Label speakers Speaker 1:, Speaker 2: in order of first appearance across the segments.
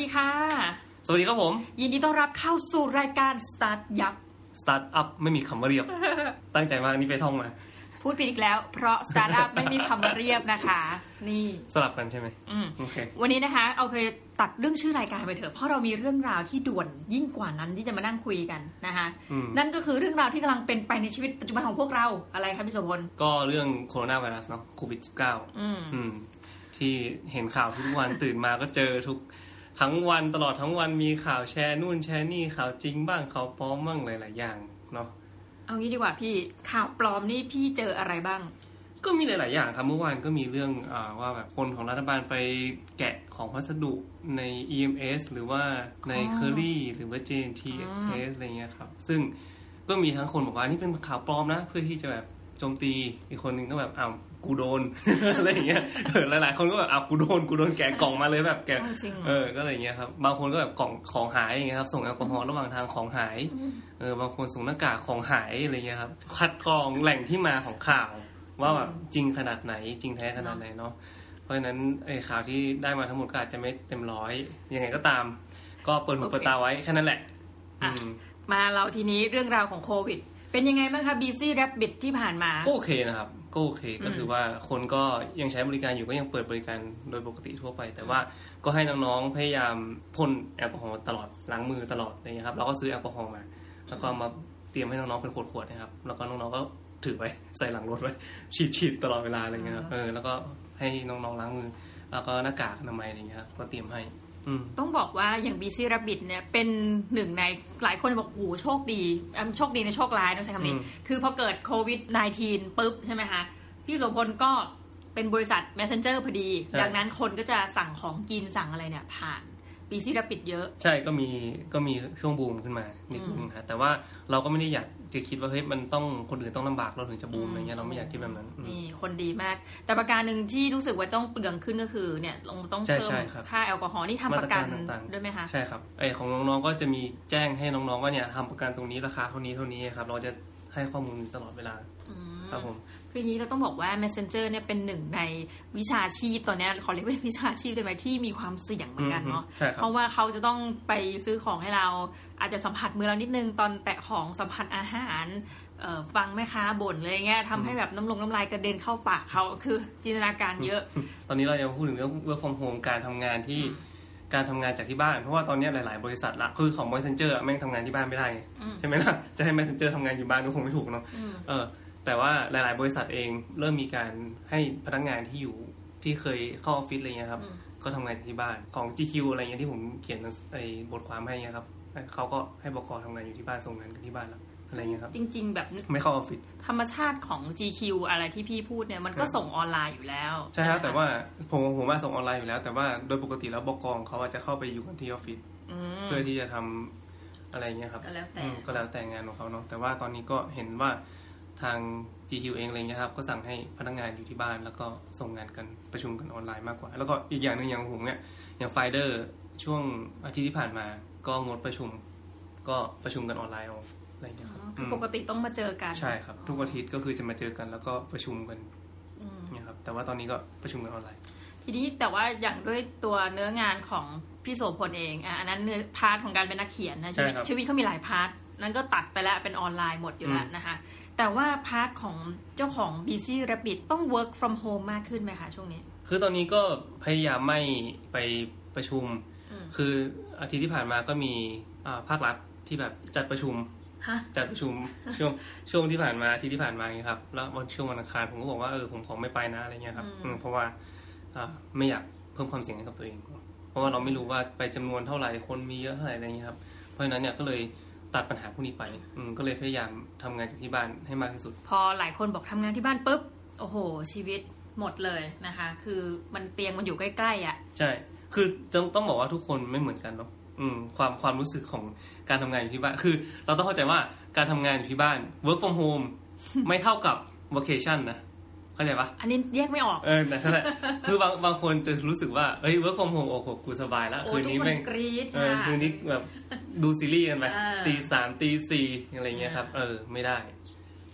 Speaker 1: ดีค่ะ
Speaker 2: สวัสดีครับผม
Speaker 1: ยินดีต้อนรับเข้าสู่รายการสตาร์ทยักษ์
Speaker 2: สตาร์ทอัพไม่มีคำว่าเรียบ ตั้งใจมากนี่ไปท่องมา
Speaker 1: พูดผิดอีกแล้ว เพราะสตาร์ทอัพไม่มีคำว่าเรียบนะคะ นี่
Speaker 2: สลับกันใช่ไหม
Speaker 1: อืม
Speaker 2: โอเค
Speaker 1: วันนี้นะคะ เอาเคยตัดเรื่องชื่อรายการไปเถอะเพราะเรามีเรื่องราวที่ด่วนยิ่งกว่านั้นที่จะมานั่งคุยกันนะคะ
Speaker 2: อืม
Speaker 1: นั่นก็คือเรื่องราวที่กำลังเป็นไปในชีวิตปัจจุบันของพวกเราอะไรคะพี่โสพล
Speaker 2: ก็เรื่องโคโรนาไวรัสเนาะโควิด -19
Speaker 1: อืม
Speaker 2: อืม ที่เห็นข่าวทุกวัน ตื่นมาก็เจอทุกทั้งวันตลอดทั้งวันมีข่าวแชร์นู่นแชร์นี่ข่าวจริงบ้างข่าวปลอมบ้างหลาย ๆ อย่างเนาะ
Speaker 1: เอางี้ดีกว่าพี่ข่าวปลอมนี่พี่เจออะไรบ้าง
Speaker 2: ก็มีหลาย ๆ อย่างครับเมื่อวานก็มีเรื่องอาว่าแบบคนของรัฐบาลไปแกะของพัสดุใน EMS หรือว่าใน
Speaker 1: อ๋อ
Speaker 2: c u r r y หรือว่า JNT Express อะไรเงี้ยครับ ซึ่งก็มีทั้งคนบอกว่านี่เป็นข่าวปลอมนะ เพื่อที่จะแบบโจมตีอีกคนหนึงก็แบบอ้าวกูโดน อะไรอย่างเงี้ยเออหลาย ๆ คนก็แบบอ้าวกูโดนกูโดนแกะกล่องมาเลยแบบแกะ
Speaker 1: อ้าวจริงเหรอ
Speaker 2: เออก็อะไรเงี้ยครับบางคนก็แบบกล่องของหายอย่างเงี้ยครับส่งแอลกอฮอล์ระหว่างทางของหายเออบางคนส่งหน้ากากของหายอะไรเงี้ยครับคัดกรองแหล่งที่มาของข่าว ว่าแบบจริงขนาดไหนจริงแท้ขนาดไหนเนาะเพราะฉะนั้นไอ้ข่าวที่ได้มาทั้งหมดก็อาจจะไม่เต็มร้อยยังไงก็ตาม ก็เปิดหู
Speaker 1: โอเค
Speaker 2: เปิดตาไว้แค่นั้นแหละ
Speaker 1: อ่ะ
Speaker 2: อืม
Speaker 1: มาเราทีนี้เรื่องราวของโควิด เป็นยังไงบ้างคะบีซี่แรบบิทที่ผ่านมา
Speaker 2: ก็โอเคนะครับก็โอเคก็คือว่าคนก็ยังใช้บริการอยู่ก็ยังเปิดบริการโดยปกติทั่วไป แต่ว่าก็ให้น้องๆพยายามพ่นแอลกอฮอล์ตลอดล้างมือตลอดอะไรเงี้ยครับเราก็ซื้อแอลกอฮอล์มา แล้วก็มาเตรียมให้น้องๆเป็นขวดๆนะครับ แล้วก็น้องๆก็ถือไว้ ใส่หลังรถไว้ฉีดฉีดตลอดเวลาอะไรเงี้ยครับเออแล้วก็ให้น้องๆล้างมือ แล้วก็หน้ากากอนามัยอะไรเงี้ยครับก็เตรียมให้ อืม
Speaker 1: ต้องบอกว่าอย่างบีซี่แรบบิทเนี่ยเป็นหนึ่งในหลายคนบอกโอ้โหโชคดีเอิ่มโชคดีในโชคร้ายต้องใช้คำนี้
Speaker 2: อืม
Speaker 1: คือพอเกิดโควิด -19 ปุ๊บใช่ไหมคะ พี่โสพลก็เป็นบริษัท Messenger พอดี ดังนั้นคนก็จะสั่งของกินสั่งอะไรเนี่ยผ่านบีซี่แรบบิทเยอะ
Speaker 2: ใช่ก็มีก็มีช่วงบูมขึ้นมานิดนึงฮะแต่ว่าเราก็ไม่ได้อยากจะคิดว่าเฮ้ยมันต้องคนอื่นต้องลำบากเราถึงจะบูมอะไรเงี้ยเราไม่อยากคิดแบบนั้นอืม
Speaker 1: นี่คนดีมาก แต่ประการหนึ่งที่รู้สึกว่าต้องเปลืองขึ้นก็คือเนี่ยลงต้อง
Speaker 2: ใช่
Speaker 1: เพิ่ม
Speaker 2: ใช่ครับ
Speaker 1: ค่าแอลกอฮอล์นี่ทำประกัน
Speaker 2: มาตรการต่างๆ
Speaker 1: ด้วยไหมคะ
Speaker 2: ใช่ครับไอของน้องๆก็จะมีแจ้งให้น้องๆว่าเนี่ยทำประกันตรงนี้ราคาเท่านี้เท่านี้ครับเราจะให้ข้อมูลตลอดเวลา
Speaker 1: อืม
Speaker 2: ครับผม
Speaker 1: คืออย่างนี้เราต้องบอกว่า messenger เนี่ยเป็นหนึ่งในวิชาชีพตอนเนี้ยขอเรียกว่าวิชาชีพได้ไหมที่มีความเสี่ยงเหมือนกันเนาะ
Speaker 2: อืมใช่ครับ
Speaker 1: เพราะว่าเขาจะต้องไปซื้อของให้เรา อาจจะสัมผัสมือเรานิดนึงตอนแตะของสัมผัสอาหารเอ่อฟังแม่ค้าบ่นเลยางเงี้ยทำให้แบบน้ำลงน้ำลายกระเด็นเข้าปากเขาคือจินตนาการเยอะ
Speaker 2: ตอนนี้เราจะพูดถึงเรื่อง work from home การทำงานที่การทำงานจากที่บ้าน เพราะว่าตอนเนี้ยหลาย ๆ บริษัทละคือของ Messenger อะแม่งทำงานที่บ้านไม่ได้ไง
Speaker 1: อืม
Speaker 2: ใช่ไหมล่ะ จะให้ Messenger ทำงานอยู่บ้านก็คงไม่ถูกเนาะ
Speaker 1: อืม
Speaker 2: เออแต่ว่าหลาย ๆ บริษัทเองเริ่มมีการให้พนักงานที่อยู่ที่เคยเข้าออฟฟิศอะไรเงี้ยครับ
Speaker 1: อืม
Speaker 2: ก็ทำงานที่บ้านของ GQ อะไรเงี้ยที่ผมเขียนไอ้บทความให้เงี้ยครับเขาก็ให้บกทำงานอยู่ที่บ้านส่งงานกันที่บ้านแล้วอะไรเงี้ยครับ
Speaker 1: จริง ๆ แบบนึก
Speaker 2: ไม่เข้าออฟฟิศ
Speaker 1: ธรรมชาติของ GQ อะไรที่พี่พูดเนี่ยมันก็ส่งออนไลน์อยู่แล้ว
Speaker 2: ใช่ครั
Speaker 1: ไห
Speaker 2: บ
Speaker 1: มะ
Speaker 2: แต่ว่าผมผมว่าส่งออนไลน์อยู่แล้ว แต่ว่าโดยปกติแล้วบกของเขาอาจจะเข้าไปอยู่กันที่ออฟฟิศ
Speaker 1: อืม
Speaker 2: เพื่อที่จะทำอะไรเงี้ยครับ
Speaker 1: ก็แล้วแต่
Speaker 2: อืมก็แล้วแต่งานของเขาเนาะแต่ว่าตอนนี้ก็เห็นว่าทาง GQ เองอะไรเงี้ยครับก็สั่งให้พนักงานอยู่ที่บ้านแล้วก็ส่งงานกันประชุมกันออนไลน์มากกว่า แล้วก็อีกอย่างหนึ่งอย่างของผมเนี่ยอย่างไฟเดอร์ช่วงอาทิตย์ที่ผ่านมาก็งดประชุม ก็ประชุมกันออนไลน์เอาอะไรเงี้ยครับ
Speaker 1: คือ
Speaker 2: ม
Speaker 1: ปกติต้องมาเจอกัน
Speaker 2: ใช่ครับ ทุกอาทิตย์ก็คือจะมาเจอกันแล้วก็ประชุมกัน
Speaker 1: อืม
Speaker 2: เนี่ยครับแต่ว่าตอนนี้ก็ประชุมกันออนไลน์
Speaker 1: ทีนี้แต่ว่าอย่างด้วยตัวเนื้องานของพี่โสพลเองอ่ะอันนั้นเนื้อพาร์ทของการเป็นนักเขียนนะชี
Speaker 2: ใช่
Speaker 1: วิต
Speaker 2: ครับ
Speaker 1: ชีวิตเขามีหลายพาร์ทนั้นก็ตัดไปแล้วเป็นออนไลน์หมดอยู่แล้ว
Speaker 2: อืม
Speaker 1: นะคะ แต่ว่าพาร์ทของเจ้าของ b c Rabbit ต้อง work from home มากขึ้นไหมคะช่วงนี้
Speaker 2: คือตอนนี้ก็พยายามไม่ไปประชุม
Speaker 1: อืม
Speaker 2: คืออาทิตย์ที่ผ่านมาก็มีอ่าภาครัฐที่แบบจัดประชุม
Speaker 1: ฮะ
Speaker 2: จัดประชุม ช่วงช่วงที่ผ่านมาอาที่ที่ผ่านมาไงครับแล้ววันช่วงวันอังคารผมก็บอกว่าเออผมขอไม่ไปนะอะไรเงี้ยครับ
Speaker 1: อืม
Speaker 2: อืมเพราะว่าอ่าไม่อยากเพิ่มความเสี่ยงให้กับตัวเอง เพราะว่าเราไม่รู้ว่าไปจำนวนเท่าไหร่คนมีเยอะเท่าไหร่อะไรเงี้ยครับเพราะฉะนั้นเนี่ยก็เลยตัดปัญหาพวกนี้ไปอืมก็เลยพยายามทำงานจากที่บ้านให้มากที่สุด
Speaker 1: พอหลายคนบอกทำงานที่บ้านปุ๊บ โอ้โห ชีวิตหมดเลยนะคะ คือมันเตียงมันอยู่ใกล้ๆอ่ะ
Speaker 2: ใช่ คือต้องต้องบอกว่าทุกคนไม่เหมือนกันเนาะอืม ความความรู้สึกของการทำงานอยู่ที่บ้าน คือ เราต้องเข้าใจว่าการทำงานอยู่ที่บ้าน work from home ไม่เท่ากับ vacation นะ เข้าใจปะ
Speaker 1: อันนี้แยกไม่ออก
Speaker 2: เออแต่ นั่นแหละคือบางบางคนจะรู้สึกว่า เฮ้ย work from home โอ้โห กูสบายแล้ว
Speaker 1: โอ้
Speaker 2: คืน
Speaker 1: ทุก
Speaker 2: นี้
Speaker 1: คน
Speaker 2: แม่ง
Speaker 1: กรี๊ด
Speaker 2: เอ
Speaker 1: ค่ะ
Speaker 2: อคืนนี้แบบดูซีรีส์กันไป
Speaker 1: เออ
Speaker 2: ตีสามตีสี่อะไรเงี้ยครับ เออ ไม่ได้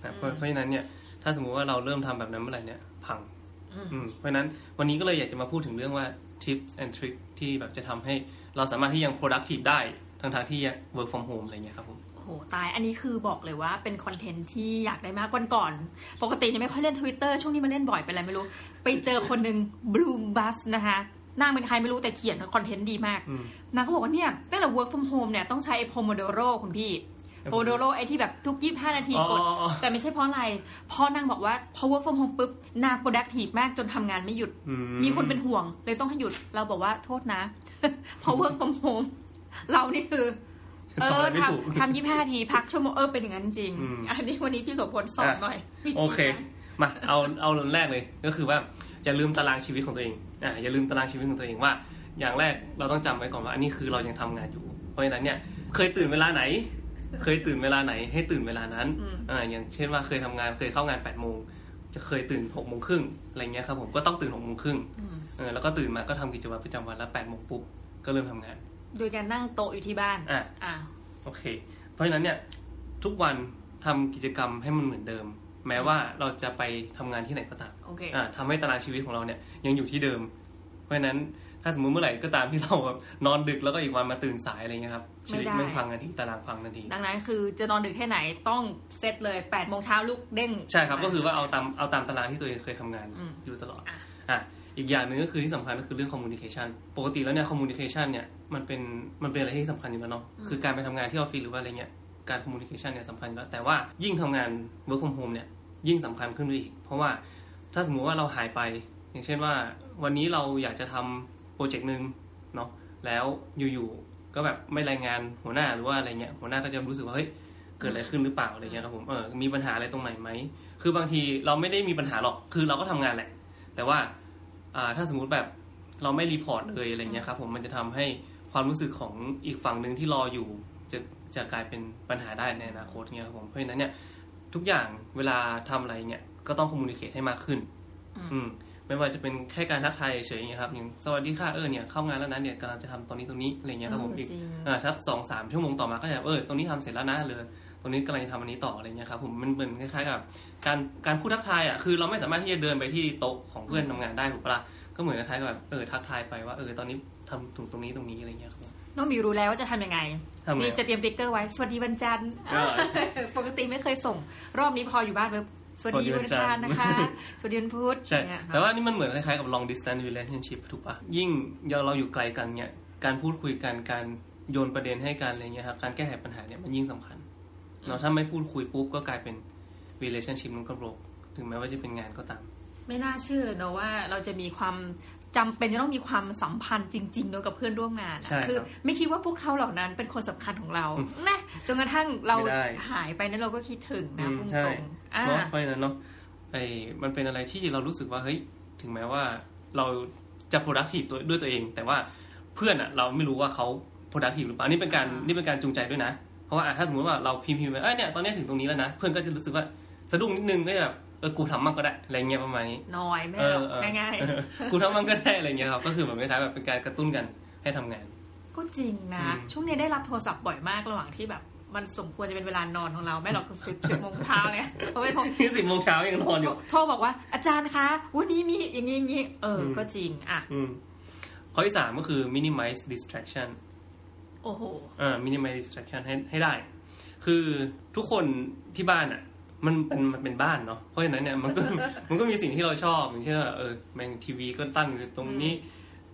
Speaker 2: นะเพ
Speaker 1: อื
Speaker 2: ราะ
Speaker 1: ม
Speaker 2: เพราะฉะนั้นเนี่ย ถ้าสมมุติว่าเราเริ่มทำแบบนั้นเมื่อไหร่เนี่ย พัง
Speaker 1: อืม
Speaker 2: อืมเพราะฉะนั้นวันนี้ก็เลยอยากจะมาพูดถึงเรื่องว่า ทิปส์แอนทริคที่แบบจะทำให้เราสามารถที่ยัง productive ได้ทั้งทางๆที่ยัง work from home อะไรเงี้ยครับผม
Speaker 1: โอ้โหตายอันนี้คือบอกเลยว่าเป็นคอนเทนต์ที่อยากได้มากวันก่อน ปกติเนี่ยไม่ค่อยเล่น Twitter ช่วงนี้มาเล่นบ่อยเป็นไรไม่รู้ ไปเจอคนหนึ่งบลูบัสนะคะหนางเป็นใครไม่รู้แต่เขียนคอนเทนต์ดีมาก
Speaker 2: อืม
Speaker 1: นางก็บอกว่าเนี่ยตั้งแต่ work from home เนี่ยต้องใช้ไอ้ pomodoro คุณพี่
Speaker 2: ครับผม
Speaker 1: pomodoro ไอ้ที่แบบทุก 25 นาที
Speaker 2: อ๋อก
Speaker 1: ด
Speaker 2: อ๋ออ๋อ
Speaker 1: แต่ไม่ใช่เพราะอะไรเพราะนางบอกว่าพอ work from home ปุ๊บนาง productive มากจนทำงานไม่หยุด
Speaker 2: อื
Speaker 1: มีคนเป็นห่วงเลยต้องให้หยุดเราบอกว่าโทษนะ พอ work from home เรานี่คือ เอ
Speaker 2: ตบะ
Speaker 1: อ
Speaker 2: ไรไม่ถูก
Speaker 1: ทำทำยี่ห้าทีพักชั่วโมงเออเป็นอย่างนั้นจริง
Speaker 2: อืม
Speaker 1: อันนี้วันนี้พี่โสพลสอนหน่อยวิธี
Speaker 2: โอเค มา เอา เอาเรื่องแรกเลย ก็คือว่า อย่าลืมตารางชีวิตของตัวเอง อ่า อย่าลืมตารางชีวิตของตัวเองว่า อย่างแรกเราต้องจำไว้ก่อนว่า อันนี้คือเรายังทำงานอยู่ เพราะฉะนั้นเนี่ย เคยตื่นเวลาไหน เคยตื่นเวลาไหน ให้ตื่นเวลานั้น อ่า อย่างเช่นว่าเคยทำงาน เคยเข้างาน8ปดโมง จะเคยตื่น6กโมงครึ่งอะไรเงี้ยครับผม ก็ต้องตื่น6กโมงครึ่ง
Speaker 1: อืม
Speaker 2: เออ แล้วก็ตื่นมาก็ทำกิจวัตรประจำวันแล้ว8ปดโมงปุ๊บ ก็เริ่มทำงาน
Speaker 1: โดยการนั่งโต๊ะอยู่ที่บ้าน
Speaker 2: อ่า
Speaker 1: อ่า
Speaker 2: โอเค เพราะฉะนั้นเนี่ยทุกวันทำกิจกรรมให้มันเหมือนเดิม แม้ว่าเราจะไปทำงานที่ไหนก็ตาม
Speaker 1: โอเค
Speaker 2: อ่าทำให้ตารางชีวิตของเราเนี่ยยังอยู่ที่เดิม เพราะฉะนั้นถ้าสมมติเมื่อไหร่ก็ตามที่เราแบบนอนดึกแล้วก็อีกวันมาตื่นสายอะไรเงี้ยครับชีวิต
Speaker 1: ไม่
Speaker 2: ไม่
Speaker 1: ได้
Speaker 2: พังทันทีตารางพังทันที
Speaker 1: ดังนั้นคือจะนอนดึกแค่ไหนต้องเซตเลย8ปดโมงเช้าลุกเด้ง
Speaker 2: ใช่ครับก็คือว่าเอาตามเอาตามตารางที่ตัวเองเคยทำงาน
Speaker 1: อืม
Speaker 2: อยู่ตลอด
Speaker 1: อ่ะ
Speaker 2: อ่ะอีกอย่างหนึ่งก็คือที่สำคัญก็คือเรื่อง communication ปกติแล้วเนี่ย communication เนี่ยมันเป็นมันเป็นอะไรที่สำคัญอยู่แล้วเนาะคือการไปทำงานที่ออฟฟิศหรือว่าอะไรเงี้ยการ communication เนี่ยสำคัญอยู่แล้วแต่ว่ายิ่งทำงาน work from home เนี่ยยิ่งสำคัญขึ้นไปอีก เพราะว่า ถ้าสมมุติว่าเราหายไป อย่างเช่นว่า วันนี้เราอยากจะทำโปรเจกต์หนึ่งเนาะแล้วอยู่ๆก็แบบไม่รายงานหัวหน้าหรือว่าอะไรเงี้ยหัวหน้าก็จะรู้สึกว่าเฮ้ยเกิดอะไรขึ้นหรือเปล่าอะไรเงี้ยครับผมเออมีปัญหาอะไรตรงไหนไหมคือบางทีเราไม่ได้มีปัญหาหรอกคือเราก็ทำงานแหละ แต่ว่าอ่าถ้าสมมุติแบบเราไม่รีพอร์ตเลยอะไรเงี้ยครับผมมันจะทำให้ความรู้สึกของอีกฝั่งหนึ่งที่รออยู่ จะจะกลายเป็นปัญหาได้ในอนาคตเงี้ยครับผมเพราะฉะนั้นเนี่ยทุกอย่างเวลาทำอะไรเนี่ยก็ต้องคอมมูนิเคตให้มากขึ้น อืมไม่ว่าจะเป็นแค่การทักทายเฉยๆอย่างเงี้ยครับอย่างสวัสดีค่ะเออเนี่ยเข้างานแล้วนะเนี่ยกำลังจะทำตอนนี้ตรงนี้อะไรเงี้ยครับผม
Speaker 1: เออ
Speaker 2: อีก
Speaker 1: จริง
Speaker 2: อ่าสักสองสามชั่วโมงต่อมาก็จะเออตรงนี้ทำเสร็จแล้วนะหรือตรงนี้กำลังจะทำอันนี้ต่ออะไรเงี้ยครับผมมันเหมือนคล้ายๆกับการการพูดทักทายอ่ะคือเราไม่สามารถที่จะเดินไปที่โต๊ะของเพื่อนทำงานได้ถูกปะล่ะก็เหมือนคล้ายๆกับแบบเออทักทายไปว่าเออตอนนี้ทำถึงตรงนี้ตรงนี้อะไรเงี้ยครับผม
Speaker 1: น้องหมีรู้แล้วว่าจะทำยังไง
Speaker 2: ทำไง
Speaker 1: นี่
Speaker 2: อ่ะ
Speaker 1: จะเตรียมติ๊กเกอร์ไว้ สวัสดีวันจันทร์
Speaker 2: เออ
Speaker 1: ปกติไม่เคยส่ง รอบนี้พออยู่บ้านปุ๊บสวัสดี
Speaker 2: สวัสดีวั
Speaker 1: วัน น
Speaker 2: จั
Speaker 1: จันท
Speaker 2: นทร์
Speaker 1: ร์นะคะสวัสดีวันพุธ
Speaker 2: ใช่
Speaker 1: เนี่ย
Speaker 2: แต่ว่านี่มันเหมือนคล้ายๆกับ long distance relationship ถูกปะยิ่งเราอยู่ไกลกันเนี่ย การพูดคุยกัน การโยนประเด็นให้กันอะไรเงี้ยครับ การแก้ไขปัญหาเนี่ยมันยิ่งสำคัญ เนาะ ถ้าไม่พูดคุยปุ๊บก็กลายเป็น relationship มันก็โรกถึงแม้ว่าจะเป็นงานก็ตาม
Speaker 1: ไม่น่าเชื่อเนอะว่าเราจะมีความจำเป็นจะต้องมีความสัมพันธ์จริงๆเนอะกับเพื่อนร่วมงานอะ
Speaker 2: ใช่ครับ
Speaker 1: คือ ไม่คิดว่าพวกเขาเหล่านั้นเป็นคนสำคัญของเรานะจนกระทั่งเรา
Speaker 2: ไม่ได้
Speaker 1: หายไปนั้นเราก็คิดถึงนะ
Speaker 2: อืม
Speaker 1: พุ่ง
Speaker 2: ใช่
Speaker 1: ตรงอ่า
Speaker 2: เนาะเพราะฉะนั้นเนาะไอ้มันเป็นอะไรที่เรารู้สึกว่าเฮ้ยถึงแม้ว่าเราจะ productive ตัวด้วยตัวเอง แต่ว่าเพื่อนอะเราไม่รู้ว่าเขา productive หรือเปล่าอันนี้เป็นการ
Speaker 1: อ่านี่
Speaker 2: นี่เป็นการจูงใจด้วยนะ เพราะว่าอ่ะถ้าสมมติว่าเราพิมพ์พิมพ์ไปเอ้ยเนี่ยตอนนี้ถึงตรงนี้แล้วนะ เพื่อนก็จะรู้สึกว่าสะดุ้งนิดนึงก็จะแบบเออกูทำมั่งก็ได้อะไรเงี้ยประมาณนี้
Speaker 1: หน่อยไม่
Speaker 2: เอ
Speaker 1: หร
Speaker 2: อ
Speaker 1: อก
Speaker 2: เออ
Speaker 1: ง่าย
Speaker 2: เอ อกูทำมั่งก็ได้อะไรเงี้ยครับก็คือเหมือนคล้ายๆแบบเป็นการกระตุ้นกันให้ทำ งาน
Speaker 1: ๆ ก็จริงนะ
Speaker 2: อืม
Speaker 1: ช่วงนี้ได้รับโทรศัพท์บ่อยมากระหว่างที่แบบ มันสมควรจะเป็นเวลานอนของเราไม่หรอก สิบสิบโมงเช้าเลยเขาไม่โทร
Speaker 2: นี่สิบโมงเช้ายังนอนอยู่
Speaker 1: โทรบอกว่าอาจารย์คะวันนี้มีอย่างนี้อย่างนี้เอออ
Speaker 2: ม
Speaker 1: ก็จริงอ่ะ
Speaker 2: อืมข้อที่สามก็คือ minimize distraction
Speaker 1: โอ้โห
Speaker 2: เอ่อ minimize distraction ให้ให้ได้ คือทุกคนที่บ้านอ่ะ มันเป็นมันเป็นบ้านเนาะ เพราะฉะนั้นเนี่ยมันก็ มันก็มีสิ่งที่เราชอบอย่างเช่นว่าเออแมงทีวีก็ตั้งอยู่ตรงนี้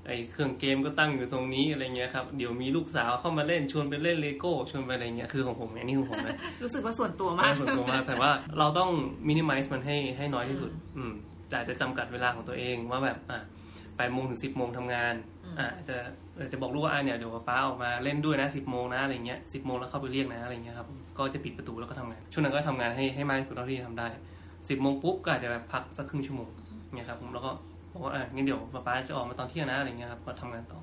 Speaker 2: ไอเครื่องเกมก็ตั้งอยู่ตรงนี้อะไรเงี้ยครับ เดี๋ยวมีลูกสาวเข้ามาเล่นชวนไปเล่นเลโก้ชวนไปอะไรเงี้ย คือของผมอันนี้ของผมนะ
Speaker 1: รู้สึกว่าส่วนตั
Speaker 2: มาม
Speaker 1: วาก
Speaker 2: ส่วนตัว มากแต่ว่าเราต้องมินิมัลมันให้ให้น้อยที่สุด อืมแต่อาจจะจำกัดเวลาของตัวเองว่าแบบอ่ะแปดโมงถึงสิบโมงทำงาน อ่ะอาจจะอาจจะบอกลูกว่าอ่ะเนี่ยเดี๋ยวป้าออกมาเล่นด้วยนะสิบโมงนะอะไรเงี้ยสิบโมงแล้วเข้าไปเรียกนะอะไรเงี้ยครับ ก็จะปิดประตูแล้วก็ทำงาน ช่วงนั้นก็ทำงานให้ให้มากที่สุดเท่าที่จะทำได้สิบโมงปุ๊บก็อาจจะแบบพักสักครึ่งชั่วโมงเนี่ยครับผมแล้วก็บอกว่าอ่ะงั้นเดี๋ยวป้าจะออกมาตอนเที่ยงนะอะไรเงี้ยครับก็ทำงานต่อ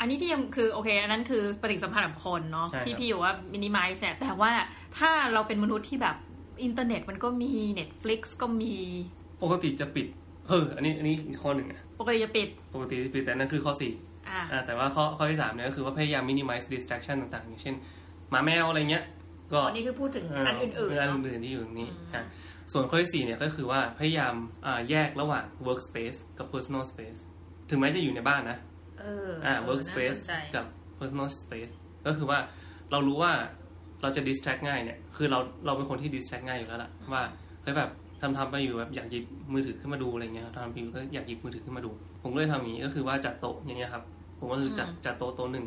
Speaker 1: อันนี้ที่ยังคือโอเค อันนั้นคือปฏิสัมพันธ์กับคนเนาะ
Speaker 2: ใช่ครับ
Speaker 1: ที่พี่บอกว่ามินิมัลเนี่ยแต่ว่าถ้าเราเป็นมนุษย์ที่แบบอินเทอร์เน็ตมันก็มี Netflix ก็มี
Speaker 2: ปกติจะปิดเอออันนี้อันนี้อีกข้อหนึ่งอะ
Speaker 1: โอเคจะปิด
Speaker 2: ปกติจะปิดแต่นั่นคือข้อสี่
Speaker 1: อ่ะ
Speaker 2: อ่าแต่ว่าข้อข้อที่สามเนี่ยก็คือว่าพยายาม minimize distraction ต่างๆ อย่างเช่นหมาแมวอะไรเงี้ย ก็
Speaker 1: อันนี้คือพูดถึงอันอื่น
Speaker 2: เอ
Speaker 1: ๆ
Speaker 2: ออัน
Speaker 1: เนาะ
Speaker 2: อื่นๆที่อยู่ตรงนี้
Speaker 1: อืม
Speaker 2: ฮะส่วนข้อที่สี่เนี่ยก็คือว่าพยายามอ่าแยกระหว่าง workspace กับ personal space ถึงแม้จะอยู่ในบ้านนะ
Speaker 1: เออ
Speaker 2: อ่า
Speaker 1: เออ
Speaker 2: work space
Speaker 1: น่าสนใจ
Speaker 2: กับ personal space ก็คือว่าเรารู้ว่าเราจะ distract ง่ายเนี่ย คือเราเราเป็นคนที่ distract ง่ายอยู่แล้วล่ะ ว่าเฮ้ยแบบทำทำไปอยู่แบบอยากหยิบมือถือขึ้นมาดูอะไรเงี้ยครับทำทำไปอยู่ก็อยากหยิบมือถือขึ้นมาดู ผมก็เลยทำอย่างนี้ก็คือว่าจัดโต๊ะอย่างเงี้ยครับ ผมก็คือจัดจัดโต๊ะโต๊ะหนึ่ง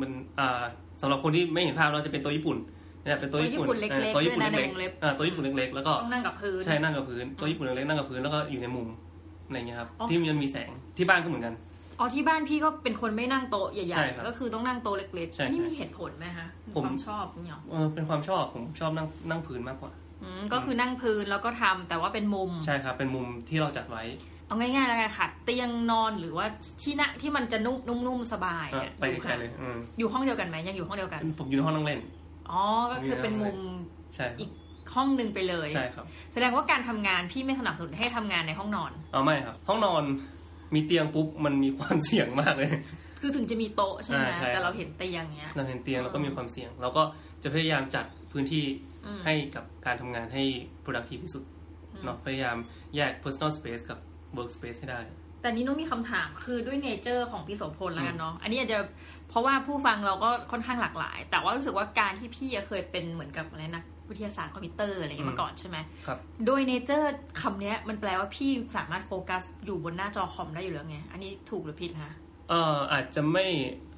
Speaker 2: มันอ่าสำหรับคนที่ไม่เห็นภาพเราจะเป็นโต๊ะญี่ปุ่นเนี่ยเป็นโต๊ะญี่ปุ่น
Speaker 1: โต๊ะญี่ปุ่นเล็กๆ
Speaker 2: อ่าโต๊ะญี่ปุ่น
Speaker 1: ด้วยนะ
Speaker 2: เล็ก
Speaker 1: ในวงเล็บ
Speaker 2: ๆอ่าโต๊ะญี่ปุ่นเล็กๆแล้วก็
Speaker 1: ต้องนั่งกับพื้น
Speaker 2: ใช่นั่งกับพื้นโต๊ะญี่ปุ่นเล็กๆนั่งกับพื้นแล้วก็อยู่ในมุมอะไรเงี้ยครับ
Speaker 1: อ๋อ
Speaker 2: ที่มันมีแสงที่บ้านก็เหมือนกัน
Speaker 1: อ๋อที่บ้านพี่ก็เป็นคนไม่นั่งโต๊ะให
Speaker 2: ใช่
Speaker 1: ญ่
Speaker 2: ครับ
Speaker 1: ๆ ก็คือต้องนั่งโต๊ะเล็ก
Speaker 2: ใช่
Speaker 1: ๆอันนี่มีเหตุผลไหมคะ
Speaker 2: ผม
Speaker 1: ความชอบเนี่ยหรอ
Speaker 2: เออเป็นความชอบผมชอบนั่งนั่งพื้นมากกว่า
Speaker 1: อืมก็คือนั่งพื้นแล้วก็ทำแต่ว่าเป็นมุม
Speaker 2: ใช่ครับ เป็นมุมที่เราจัดไว้
Speaker 1: เอาง่ายๆแล้วกันค่ะ เตียงนอนหรือว่าที่นะที่มันจะนุ่มนุ่มๆสบาย
Speaker 2: อ่ะ
Speaker 1: เนี่ย
Speaker 2: ไปไกลๆเลยอืม
Speaker 1: อยู่ห้องเดียวกันไหมยังอยู่ห้องเดียวกัน
Speaker 2: ผมอยู่ในห้องนั่งเล่น
Speaker 1: อ๋อ ก็คือเป็นมุม
Speaker 2: ใช่ครับ
Speaker 1: อีกห้องหนึ่งไปเลย
Speaker 2: ใช่ครับ
Speaker 1: แสดงว่าการทำงานพี่ไม่สนับสนุนให้ทำงานในห้องนอน
Speaker 2: เอาไม่ครับ ห้องนอนมีเตียงปุ๊บมันมีความเสี่ยงมากเลย
Speaker 1: คือถึงจะมีโต๊ะใช่ไหม
Speaker 2: อ่าใช่
Speaker 1: แต่เราเห็นเตียงเนี้ย
Speaker 2: เราเห็นเตียง
Speaker 1: อ๋อ
Speaker 2: เราก็มีความเสี่ยง เราก็จะพยายามจัดพื้นที่
Speaker 1: อืม
Speaker 2: ให้กับการทำงานให้ productive ที่สุดเนาะพยายามแยก personal space กับ work space ให้ได้
Speaker 1: แต่นี้นุ้มีคำถามคือด้วยเนเจอร์ของพี่โสพลแล้วกันเนาะอันนี้อาจจะเพราะว่าผู้ฟังเราก็ค่อนข้างหลากหลาย แต่ว่ารู้สึกว่าการที่พี่อะเคยเป็นเหมือนกับอะไรนะวิทยาศาสตร์คอมพิวเตอร์อะไรอย่างเงี้ย
Speaker 2: อืม
Speaker 1: มาก่อนใช่ไหม
Speaker 2: ครับ
Speaker 1: โดยเนเจอร์คำเนี้ยมันแปลว่าพี่สามารถโฟกัสอยู่บนหน้าจอคอมได้อยู่แล้วไงอันนี้ถูกหรือผิดคะ
Speaker 2: เอ่ออาจจะไม่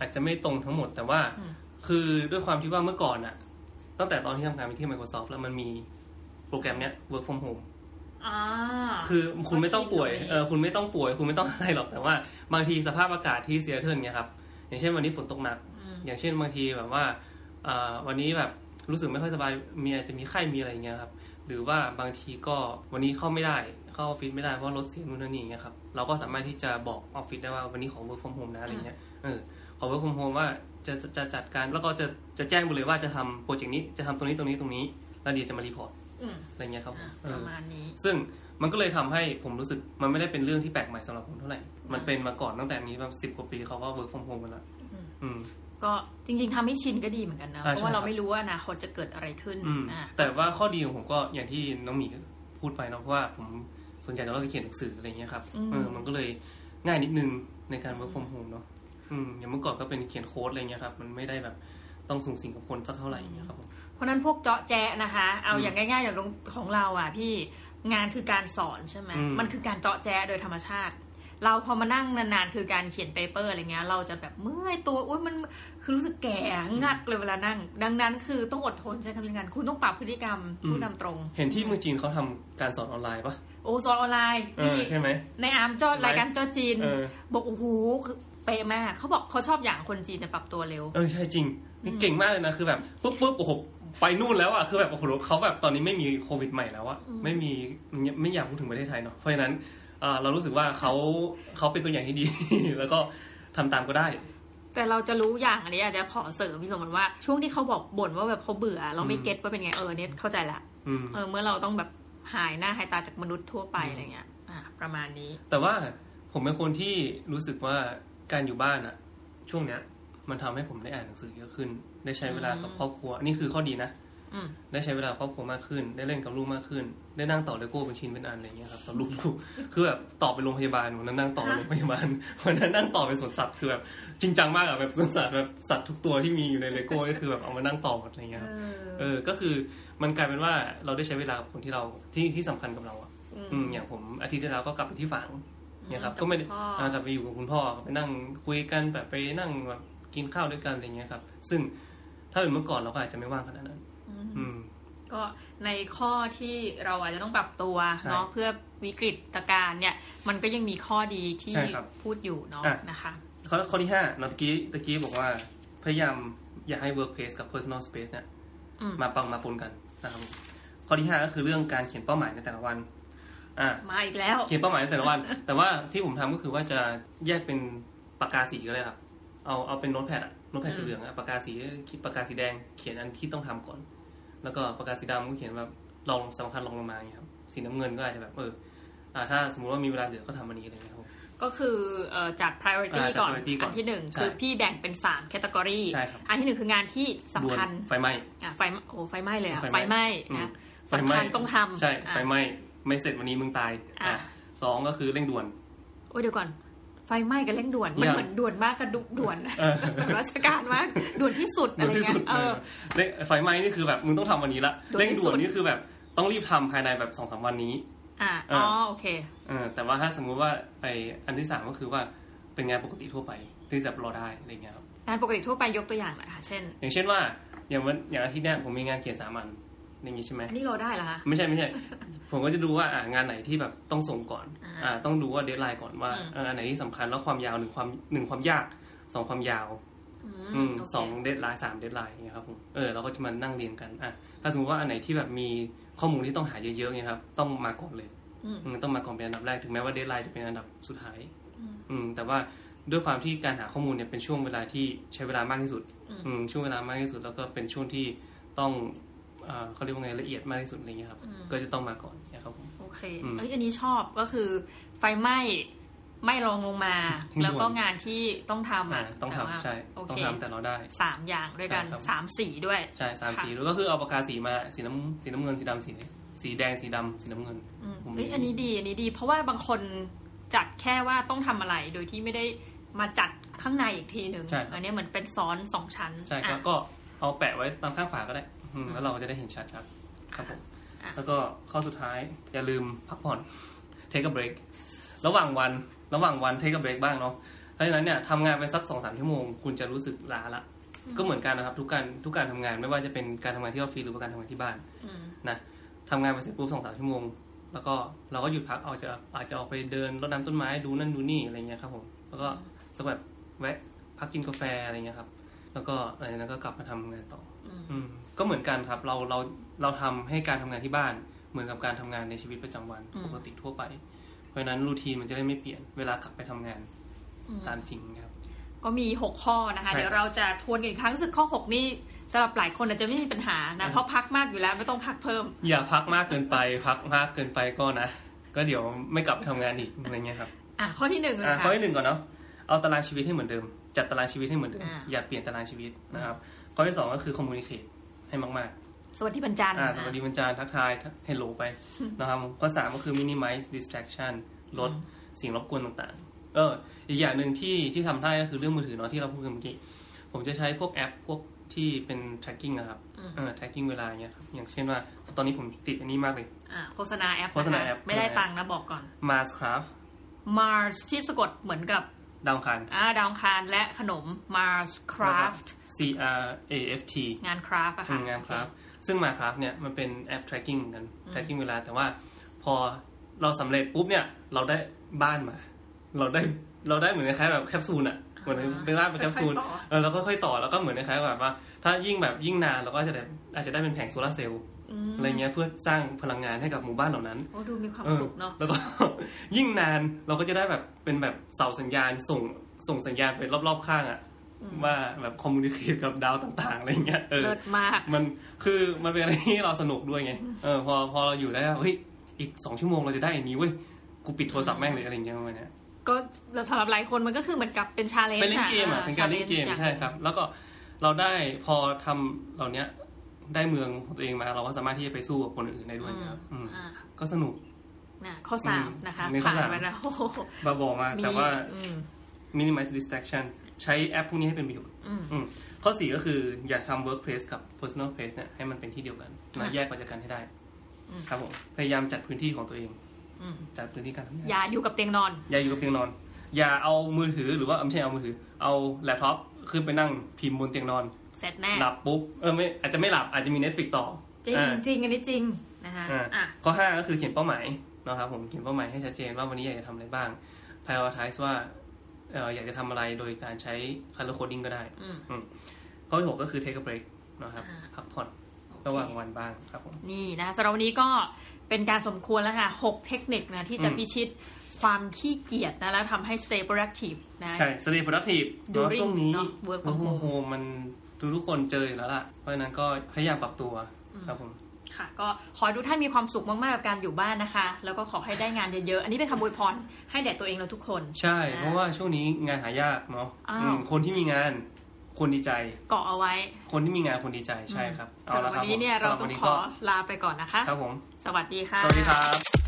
Speaker 2: อาจจะไม่ตรงทั้งหมดแต่ว่า
Speaker 1: อืม
Speaker 2: คือด้วยความที่ว่าเมื่อก่อนอะตั้งแต่ตอนที่ทำงานไปที่ Microsoft แล้วมันมีโปรแกรมเนี้ย work from home
Speaker 1: อ่า
Speaker 2: คือคุณไม่ต้องป่วย
Speaker 1: ก็ชินตรงนี้
Speaker 2: เออคุณไม่ต้องป่วย คุณไม่ต้องอะไรหรอกแต่ว่าบางทีสภาพอากาศที่เซียเทิลเนี่ยครับ อย่างเช่นวันนี้ฝนตกหนัก
Speaker 1: ม
Speaker 2: อย่างเช่นบางทีแบบว่าเอ่อวันนี้แบบรู้สึกไม่ค่อยสบายมีอาจจะมีไข้มีอะไรอย่างเงี้ยครับ หรือว่าบางทีก็วันนี้เข้าไม่ได้เข้าออฟฟิศไม่ได้เพราะรถเสียนู่นนั่นนี่อย่างเงี้ยครับเราก็สามารถที่จะบอกออฟฟิศได้ว่าวันนี้ขอ work from home นะอะไรเงี้ยเออขอ work from home ว่าจะจะจะจัดการแล้วก็จะจะแจ้งไปเลยว่าจะทำโปรเจกต์นี้จะทำตรงนี้ตรงนี้ตรงนี้แล้วเดี๋ยวจะมารีพอร์ต
Speaker 1: อืม
Speaker 2: อะไรเงี้ยครับ
Speaker 1: อ่ะป
Speaker 2: เอ
Speaker 1: ระ
Speaker 2: อ
Speaker 1: มาณนี้
Speaker 2: ซึ่งมันก็เลยทำให้ผมรู้สึกมันไม่ได้เป็นเรื่องที่แปลกใหม่สำหรับผมเท่าไหร่ มันเป็นมาก่อนตั้งแต่นี้แบบสิบกว่าปีเขาก็ work from home กันละ
Speaker 1: อืม
Speaker 2: อืม
Speaker 1: ก็จริง ๆทำให้ชินก็ดีเหมือนกันนะเพ
Speaker 2: อ่า
Speaker 1: ราะว่า
Speaker 2: ใช่
Speaker 1: เราไม่รู้ว่าอนาคตจะเกิดอะไรขึ้น
Speaker 2: อืม
Speaker 1: อ่า
Speaker 2: แต่ว่าข้อดีของผมก็อย่างที่น้องหมีพูดไปเนาะเพราะว่าผมส่วนใหญ่เราก็เขียนหนังสืออะไรอย่างเงี้ยครับ
Speaker 1: อืม
Speaker 2: เออมันก็เลยง่ายนิดนึงในการ work from home เนาะอืมอย่างเมื่อก่อนก็เป็นเขียนโค้ดอะไรเงี้ยครับมันไม่ได้แบบต้องสูงสิงกับคนสักเท่าไหร่อย่างเงี้ยครับผม
Speaker 1: เพราะฉะนั้นพวกเจาะแจ๊ะนะคะ เอา
Speaker 2: อืม
Speaker 1: อย่างง่ายๆอย่างของเราอ่ะพี่งานคือการสอนใช่ไหม
Speaker 2: อืม
Speaker 1: มันคือการเจาะแจ๊ะโดยธรรมชาติ เราพอมานั่งนานๆคือการเขียนเปเปอร์อะไรเงี้ยเราจะแบบเมื่อยตัวอุ้ยมันคือรู้สึกแก่งักเลยเวลานั่ง ดังนั้นคือต้องอดทนใช้คำนี้กันคุณต้องปรับพฤติกรรมพูดตามตรง
Speaker 2: เห็นที่เมืองจีนเขาทำการสอนออนไลน์ปะ
Speaker 1: โอสอนออนไลน์
Speaker 2: เอ
Speaker 1: นี่
Speaker 2: อใช่ไหม
Speaker 1: ในอาร์มจอด
Speaker 2: ไลฟ์
Speaker 1: รายการจอจีน
Speaker 2: เออ
Speaker 1: บอกโอ้โหคือเป๊ะมากเขาบอกเขาชอบอย่างคนจีนจะปรับตัวเร็ว
Speaker 2: เออใช่จริงนี่เก่งมากเลยนะคือแบบปุ๊บปุ๊บโอ้โหไปนู่นแล้วอ่ะคือแบบโอ้โหเขาแบบตอนนี้ไม่มีโควิดใหม่แล้วอ่ะ
Speaker 1: อืม
Speaker 2: ไม่มีไม่อยากพูดถึงประเทศไทยเนาะเพราะฉะนั้นเอ่อเรารู้สึกว่าเขาเขาเป็นตัวอย่างที่ดี แล้วก็ทำตามก็ได้
Speaker 1: แต่เราจะรู้อย่างอันนี้อาจจะขอเสริมพี่สมบัติว่าช่วงที่เขาบอกบ่นว่าแบบเขาเบื่อ เราไม่
Speaker 2: อืม
Speaker 1: เก็ตว่าเป็นไงเออเนี่ยเข้าใจละ
Speaker 2: อืม
Speaker 1: เออเมื่อเราต้องแบบหายหน้าหายตาจากมนุษย์ทั่วไป
Speaker 2: อืม
Speaker 1: อะไรเงี้ยอ่ะประมาณนี้
Speaker 2: แต่ว่าผมเป็นคนที่รู้สึกว่าการอยู่บ้านอะช่วงเนี้ย มันทำให้ผมได้อ่านหนังสือเยอะขึ้น ได้ใช้เวลากับ
Speaker 1: อืม
Speaker 2: ครอบครัวอันนี่คือข้อดีนะ
Speaker 1: อืม
Speaker 2: ได้ใช้เวลาครอบครัวมากขึ้น ได้เล่นกับลูกมากขึ้น ได้นั่งต่อเลโก้เป็นชิ้นเป็นอันอะไรอย่างเงี้ยครับกับ ลูกๆ คือแบบต่อไปโรงพยาบาลวันนั้นนั่งต่อโรงพยาบาล วันนั้นนั่งต่อไปสวนสัตว์คือแบบจริงจังมากอะแบบสวนสัตว์แบบสัตว์ทุกตัวที่มีอยู่ในเลโก้ก็คือแบบเอามานั่งต่อหมดอะไรเงี้ย
Speaker 1: เออ
Speaker 2: ครับเออก็คือมันกลายเป็นว่าเราได้ใช้เวลากับคนที่เราที่ที่สำคัญกับเราอะอืมอย่างผมอาทิตย์ที่แล้วก็กลับไปที่ฝาง เนี่ยครับก็ไม่ได้
Speaker 1: พ่อ
Speaker 2: อ่ากลับไปอยู่กับคุณพ่อไปนั่งคุยกันแบบไปนั่งแบบกินข้าวด้วยกันอะไรเงี้ยครับ ซึ่งถ้าเป็นเมื่อก่อนเราก็อาจจะไม่ว่างขนาดนั้น
Speaker 1: อืม
Speaker 2: อืม
Speaker 1: ก็ในข้อที่เราอาจจะต้องปรับตัว
Speaker 2: ใช่
Speaker 1: เนาะเพื่อวิกฤตการณ์เนี่ย มันก็ยังมีข้อดีที่
Speaker 2: ใช่ครับ
Speaker 1: พูดอยู่เนาะ
Speaker 2: อ่ะ
Speaker 1: นะคะ
Speaker 2: ข้อข้อที่ห้าเนอะตะกี้ตะกี้บอกว่า พยายามอย่าให้ workplace กับ personal space เนี่ย
Speaker 1: อืม
Speaker 2: มาปังมาปนกันนะครับผมข้อที่ห้าก็คือเรื่องการเขียนเป้าหมายในแต่ละวันอ่า
Speaker 1: มาอีกแล้ว
Speaker 2: เขียนเป้าหมายใน แต่ละวัน แต่ว่าที่ผมทำก็คือว่าจะแยกเป็นปากกาสีก็เลยครับ เอาเอาเป็นโน้ตแพดอะโน้ตแพดสีเหลืองอะปากกาสีปากกาสีแดงเขียนอันที่ต้องทำก่อน แล้วก็ปากกาสีดำก็เขียนแบบลองสำคัญลองลงมาอย่างเงี้ยครับสีน้ำเงินก็อาจจะแบบเอออ่าถ้าสมมติว่ามีเวลาเหลือก็ทำอันนี้อะไรเงี้ยครับผม
Speaker 1: ก็คือเอ่อจาก priority
Speaker 2: อ่าจาก
Speaker 1: ก่อน
Speaker 2: priority ก่อน
Speaker 1: อันที่หนึ่ง
Speaker 2: ใช่
Speaker 1: คือพี่แบ่งเป็นสาม category
Speaker 2: ใช่ครับ
Speaker 1: อันที่หนึ่งคืองานที่สำคัญ
Speaker 2: ด่วนไฟไหม
Speaker 1: อ่ะไฟไหม้โอ้ไฟไหม้เลยอ่ะ
Speaker 2: ไฟ
Speaker 1: ไฟ
Speaker 2: ไห
Speaker 1: ไห
Speaker 2: ม้
Speaker 1: ม้
Speaker 2: อืม
Speaker 1: นะ
Speaker 2: ไฟไห
Speaker 1: สำ
Speaker 2: ม้
Speaker 1: คัญต้องทำ
Speaker 2: ใช่
Speaker 1: อ่ะ
Speaker 2: ไฟไหม้ไม่เสร็จวันนี้มึงตาย
Speaker 1: อ่ะ
Speaker 2: อ่ะสองก็คือเร่งด่วน
Speaker 1: โอ้ยเดี๋ยวก่อน
Speaker 2: ไฟ
Speaker 1: ไฟไหม้กันเร่งด่วนมัน
Speaker 2: ยัง
Speaker 1: เหมือนด่วนมากกระดุกด่วน
Speaker 2: เออ
Speaker 1: แบบ ราชการมากด่วนที่สุดอะ
Speaker 2: ด่วน
Speaker 1: ไร
Speaker 2: ที่
Speaker 1: เงี้
Speaker 2: สุด
Speaker 1: ยเออ
Speaker 2: เร่งไฟไหม้นี่คือแบบมึงต้องทำวันนี้ละ
Speaker 1: ด่วนที่
Speaker 2: เร่งด่วน
Speaker 1: สุด
Speaker 2: นี่คือแบบต้องรีบทำภายในแบบสองสามวันนี้
Speaker 1: อ่ะ
Speaker 2: เอ
Speaker 1: อ๋
Speaker 2: อ
Speaker 1: อ
Speaker 2: อ๋
Speaker 1: โอเค
Speaker 2: เออแต่ว่าถ้าสมมุติว่าไปอันที่สามก็คือว่าเป็นงานปกติทั่วไปที่แบบรอได้อะไรเงี้ยครับ
Speaker 1: งานปกติทั่วไปยกตัวอย่างหน่อยค่ะ เช่น
Speaker 2: อย่างเช่นว่าอย่างวันอย่างอาทิตย์เนี้ยผมมีงานเขียนสามัญอย่างนี้ใช่ไหม
Speaker 1: อันนี้เราได้เหรอคะ
Speaker 2: ไม่ใช่ไม่ใช่ ผมก็จะดูว่าอ่างานไหนที่แบบต้องส่งก่อน
Speaker 1: อ่า
Speaker 2: อ่าต้องดูว่าเดทไลน์ก่อนว่า
Speaker 1: อืม
Speaker 2: เอออันไหนที่สำคัญแล้วความยาวหนึ่งความหนึ่งความยากสองความยาว
Speaker 1: อืม
Speaker 2: อืม
Speaker 1: โเค
Speaker 2: สองเดทไลน์สามเดทไลน์อย่างเงี้ยครับผมเออเราก็จะมานั่งเรียงกันอ่ะถ้าสมมติว่าอันไหนที่แบบมีข้อมูลที่ต้องหาเยอะๆเนี่ยครับต้องมาก่อนเลย
Speaker 1: อืม
Speaker 2: อืมต้องมาก่อนเป็นอันดับแรกถึงแม้ว่าเดทไลน์จะเป็นอันดับสุดท้าย
Speaker 1: อืม
Speaker 2: อืมแต่ว่าด้วยความที่การหาข้อมูลเนี่ยเป็นช่วงเวลาที่ใช้เวลามากที่สุด
Speaker 1: อืม
Speaker 2: อืมช่วงเวลามากที่สุด แล้วก็เป็นช่วงที่ต้องเอ่อเขาเรียกว่าไงละเอียดมากที่สุดอะไรเงี้ยครับ ก็จะต้องมาก่อนนะครับผม
Speaker 1: โอเค
Speaker 2: อืม
Speaker 1: เอ้ยอันนี้ชอบก็คือ ไฟไหม้ไหม้รองลงมา
Speaker 2: ด่วน
Speaker 1: แล้วก็งานที่ต้องทำ
Speaker 2: อ่า
Speaker 1: อ่ะ
Speaker 2: ต้อง
Speaker 1: แต่ว่า
Speaker 2: ทำใช่
Speaker 1: โอ
Speaker 2: ต้อง
Speaker 1: เค
Speaker 2: ทำแต่เราได้
Speaker 1: สามอย่างด้วยกัน
Speaker 2: ใช่ครับ
Speaker 1: สามสีด้วย
Speaker 2: ใช่สาม
Speaker 1: ค่ะ
Speaker 2: สีแล้วก็คือเอาปากกาสีมาสีน้ำสีน้ำเงินสีดำสีสีแดงสีดำสีน้ำเงิน
Speaker 1: อืม
Speaker 2: ผม
Speaker 1: เอ้ย
Speaker 2: มี
Speaker 1: อันนี้ดีอันนี้ดี เพราะว่าบางคนจัดแค่ว่าต้องทำอะไรโดยที่ไม่ได้มาจัดข้างในอีกทีหนึ่ง
Speaker 2: ใช่ครับ
Speaker 1: อันนี้เหมือนเป็นซ้อนสองชั้น
Speaker 2: ใช่ครับ
Speaker 1: อ่ะ
Speaker 2: ก็เอาแปะไว้ตามข้างฝาก็ได้อืม
Speaker 1: อืม
Speaker 2: แล้วเราก็จะได้เห็นชัดๆครับผม
Speaker 1: อ่ะ
Speaker 2: แล้วก็ข้อสุดท้ายอย่าลืมพักผ่อน take a break ระหว่างวันระหว่างวัน take a break บ้างเนาะเพราะฉะนั้นเนี่ยทำงานไปสักสองสามชั่วโมง คุณจะรู้สึกล้าละ ก็เหมือนกันนะครับ ทุกการทุกการทำงานไม่ว่าจะเป็นการทำงานที่ออฟฟิศหรือว่าการทำงานที่บ้าน
Speaker 1: อืม
Speaker 2: นะทำงานไปเสร็จปุ๊บสองสามชั่วโมง แล้วก็เราก็หยุดพักเอาจะอาจจะออกไปเดินรดน้ำต้นไม้ดูนั่นดูนี่อะไรเงี้ยครับผมแล้วก็สักแบบแวะพักกินกาแฟอะไรเงี้ยครับ แล้วก็หลังจากนั้นก็กลับมาทำงานต่อ
Speaker 1: อืม
Speaker 2: อืมก็เหมือนกันครับเราเราเราทำให้การทำงานที่บ้าน เหมือนกับการทำงานในชีวิตประจำวันปกติทั่วไป เพราะฉะนั้นรูทีนมันจะได้ไม่เปลี่ยนเวลากลับไปทำงาน
Speaker 1: อืม
Speaker 2: ตามจริงครับ
Speaker 1: ก็มี 6 ข้อนะคะ
Speaker 2: ใช่ครับ
Speaker 1: เดี๋ยวเราจะทวนกันอีกครั้งซึ่งข้อ 6 นี่สำหรับหลายคนอาจจะไม่มีปัญหานะ
Speaker 2: อ่า
Speaker 1: เพราะพักมากอยู่แล้วไม่ต้องพักเพิ่ม
Speaker 2: อย่าพักมากเกินไป พักมากเกินไปก็นะ ก็เดี๋ยวไม่กลับไปทำงานอีกอะไรเงี้ยครับ
Speaker 1: อ่ะ ข้อที่หนึ่งเลย
Speaker 2: อ่ะข้อ
Speaker 1: ค่ะ
Speaker 2: ที่หนึ่งก่อนเนาะเอาตารางชีวิตให้เหมือนเดิม จัดตารางชีวิตให้เหมือนเดิม
Speaker 1: อ่า
Speaker 2: อย่าเปลี่ยนตารางชีวิตนะครับข้อที่สองก็คือคอมมูนิเคชให้มากๆ
Speaker 1: สวัสดีบรรจันทร์
Speaker 2: อ่าสวัสดีบรรจารย์ทักทายเฮลโล ไปนะครับข้อสามก็คือ minimize distraction ลดเสิ่งรบกวนต่างๆ เออ อีกอย่างหนึ่งที่ที่ทำได้ก็คือเรื่องมือถือเนาะที่เราพูดกันเมื่อกี้ ผมจะใช้พวกแอปพวกที่เป็น tracking นะครับ
Speaker 1: อืม
Speaker 2: เออ tracking เวลาอย่างเงี้ยครับอย่างเช่นว่าตอนนี้ผมติดอันนี้มากเลย
Speaker 1: อ่ะโฆษณาแอป
Speaker 2: โฆษณาแอป
Speaker 1: นะคะไม่ได้ตังค์นะบอกก่อน
Speaker 2: Mars Craft
Speaker 1: Mars ที่สะกดเหมือนกับ
Speaker 2: ดาวอังคัน
Speaker 1: อ่าดาวอังคารและขนม Mars Craft
Speaker 2: C R A F T
Speaker 1: งาน Craft อะค่ะ
Speaker 2: ทำงานครับ ซึ่งมาครับเนี่ยมันเป็นแอป tracking เหมือนกัน tracking เวลา แต่ว่าพอเราสำเร็จปุ๊บเนี่ย เราได้บ้านมา เราได้เราได้เหมือนคล้ายๆแบบแคปซูลอะเหมือนเป็นบ้านเป็นแคปซูล
Speaker 1: ค่อยๆต่อ
Speaker 2: เออเราก็ค่อยๆต่อแล้วก็เหมือนคล้ายๆแบบว่า ถ้ายิ่งแบบยิ่งนานเราก็อาจจะได้อาจจะได้เป็นแผงโซลาร์เซลล์
Speaker 1: อืม
Speaker 2: อะไรเงี้ยเพื่อสร้างพลังงานให้กับหมู่บ้านเหล่านั้น
Speaker 1: โอ้ดูมีความ
Speaker 2: เออ
Speaker 1: สุขเนาะ
Speaker 2: แล้วก็ ยิ่งนานเราก็จะได้แบบเป็นแบบเสาสัญญาณส่งส่งสัญญาณไปรอบๆข้างอะว่าแบบคอมมูนิเคชกับดาวต่างๆอะไรเงี้ยเออ
Speaker 1: เลิศมาก
Speaker 2: มันคือมันเป็นอะไรที่เราสนุกด้วยไง เออพอพอเราอยู่ได้วเฮ้ยอีกสองชั่วโมงเราจะได้อันนี้เว้ยกูปิดโทรศัพท์แม่งเลยอะไรอย่างเงี้ยประมาณเนี้ย
Speaker 1: ก็สำหรับหลายคนมันก็คือเหมือนกับเป็นชาเลนจ์
Speaker 2: ไปเล่นเกมอ่ะเป็นการเล่นเกมใช่ครับ แล้วก็เราได้พอทำเหล่าเนี้ยได้เมืองของตัวเองมาเราก็สามารถที่จะไปสู้กับคนอื่นได้ด้วยนะครับอืมก็สนุก
Speaker 1: นะข้อสามนะคะ
Speaker 2: อืมนี่ข้อ
Speaker 1: ผ่าน
Speaker 2: สาม
Speaker 1: ไปแล้วโอ้โห
Speaker 2: บาบอมากแต่ว่า
Speaker 1: อืม
Speaker 2: minimize distraction ใช้แอปพวกนี้ให้เป็นประโยชน์
Speaker 1: อืม
Speaker 2: อืมข้อสี่ก็คืออย่าทำ workplace กับ personal place เนี่ยให้มันเป็นที่เดียวกันนะแยกออกจากกันให้ได้ครับผมพยายามจัดพื้นที่ของตัวเอง
Speaker 1: อืม
Speaker 2: จัดพื้นที่การทำงาน
Speaker 1: อย่าอยู่กับเตียงนอน
Speaker 2: อย่าอยู่กับเตียงนอน อย่าเอามือถือหรือว่าไม่ใช่เอามือถือ เอาแล็ปท็อปขึ้นไปนั่งพิมพ์บนเตียงนอน
Speaker 1: เสร็จแน่
Speaker 2: หลับปุ๊บเออไม่อาจจะไม่หลับอาจจะมีเน็ตฟิกต่อ
Speaker 1: จริง
Speaker 2: อ่า
Speaker 1: จริงอันนี้จริงนะคะ
Speaker 2: อ่า
Speaker 1: อ่ะ
Speaker 2: ข้อห้าก็คือเขียนเป้าหมายนะครับผมเขียนเป้าหมายให้ชัดเจนว่าวันนี้อยากจะทำอะไรบ้าง prioritize ว่าเอ่ออยากจะทำอะไรโดยการใช้ color coding ก็ได้
Speaker 1: อืม
Speaker 2: ข้อที่หกก็คือ take a break นะครับ
Speaker 1: อ่า
Speaker 2: พักผ่อน
Speaker 1: โอเค
Speaker 2: ระหว่างวันบ้างครับผม
Speaker 1: นี่นะสำหรับวันนี้ก็เป็นการสมควรแล้วค่ะหกเทคนิคนะที่จะ
Speaker 2: อืม
Speaker 1: พิชิตความขี้เกียจนะแล้วทำให้ stay productive นะ
Speaker 2: ใช่ stay productive เนอะ
Speaker 1: During
Speaker 2: ช่วงนี้
Speaker 1: เนอะ work from
Speaker 2: work from
Speaker 1: home
Speaker 2: home มันทุกๆคนเจออยู่แล้วล่ะ เพราะฉะนั้นก็พยายามปรับตัวครับผม
Speaker 1: ค่ะ ก็ขอให้ทุกท่านมีความสุขมากๆกับการอยู่บ้านนะคะ แล้วก็ขอให้ได้งานเยอะๆ อันนี้เป็นคำอวยพรให้แด่ตัวเองเราทุกคน
Speaker 2: ใช่ เพราะว่าช่วงนี้งานหายากเนาะ
Speaker 1: อ้าว
Speaker 2: อืมคนที่มีงานคนดีใจ
Speaker 1: เกาะเอาไว้
Speaker 2: คนที่มีงานคนดีใจใช่ครับ
Speaker 1: สำหรับวันนี้เนี่ยเรา
Speaker 2: สำหบ
Speaker 1: ต้อง
Speaker 2: วั
Speaker 1: ขอลาไปก่อนนะคะ
Speaker 2: ครับผม
Speaker 1: สวัสดีค่ะ
Speaker 2: สวัสดีครับ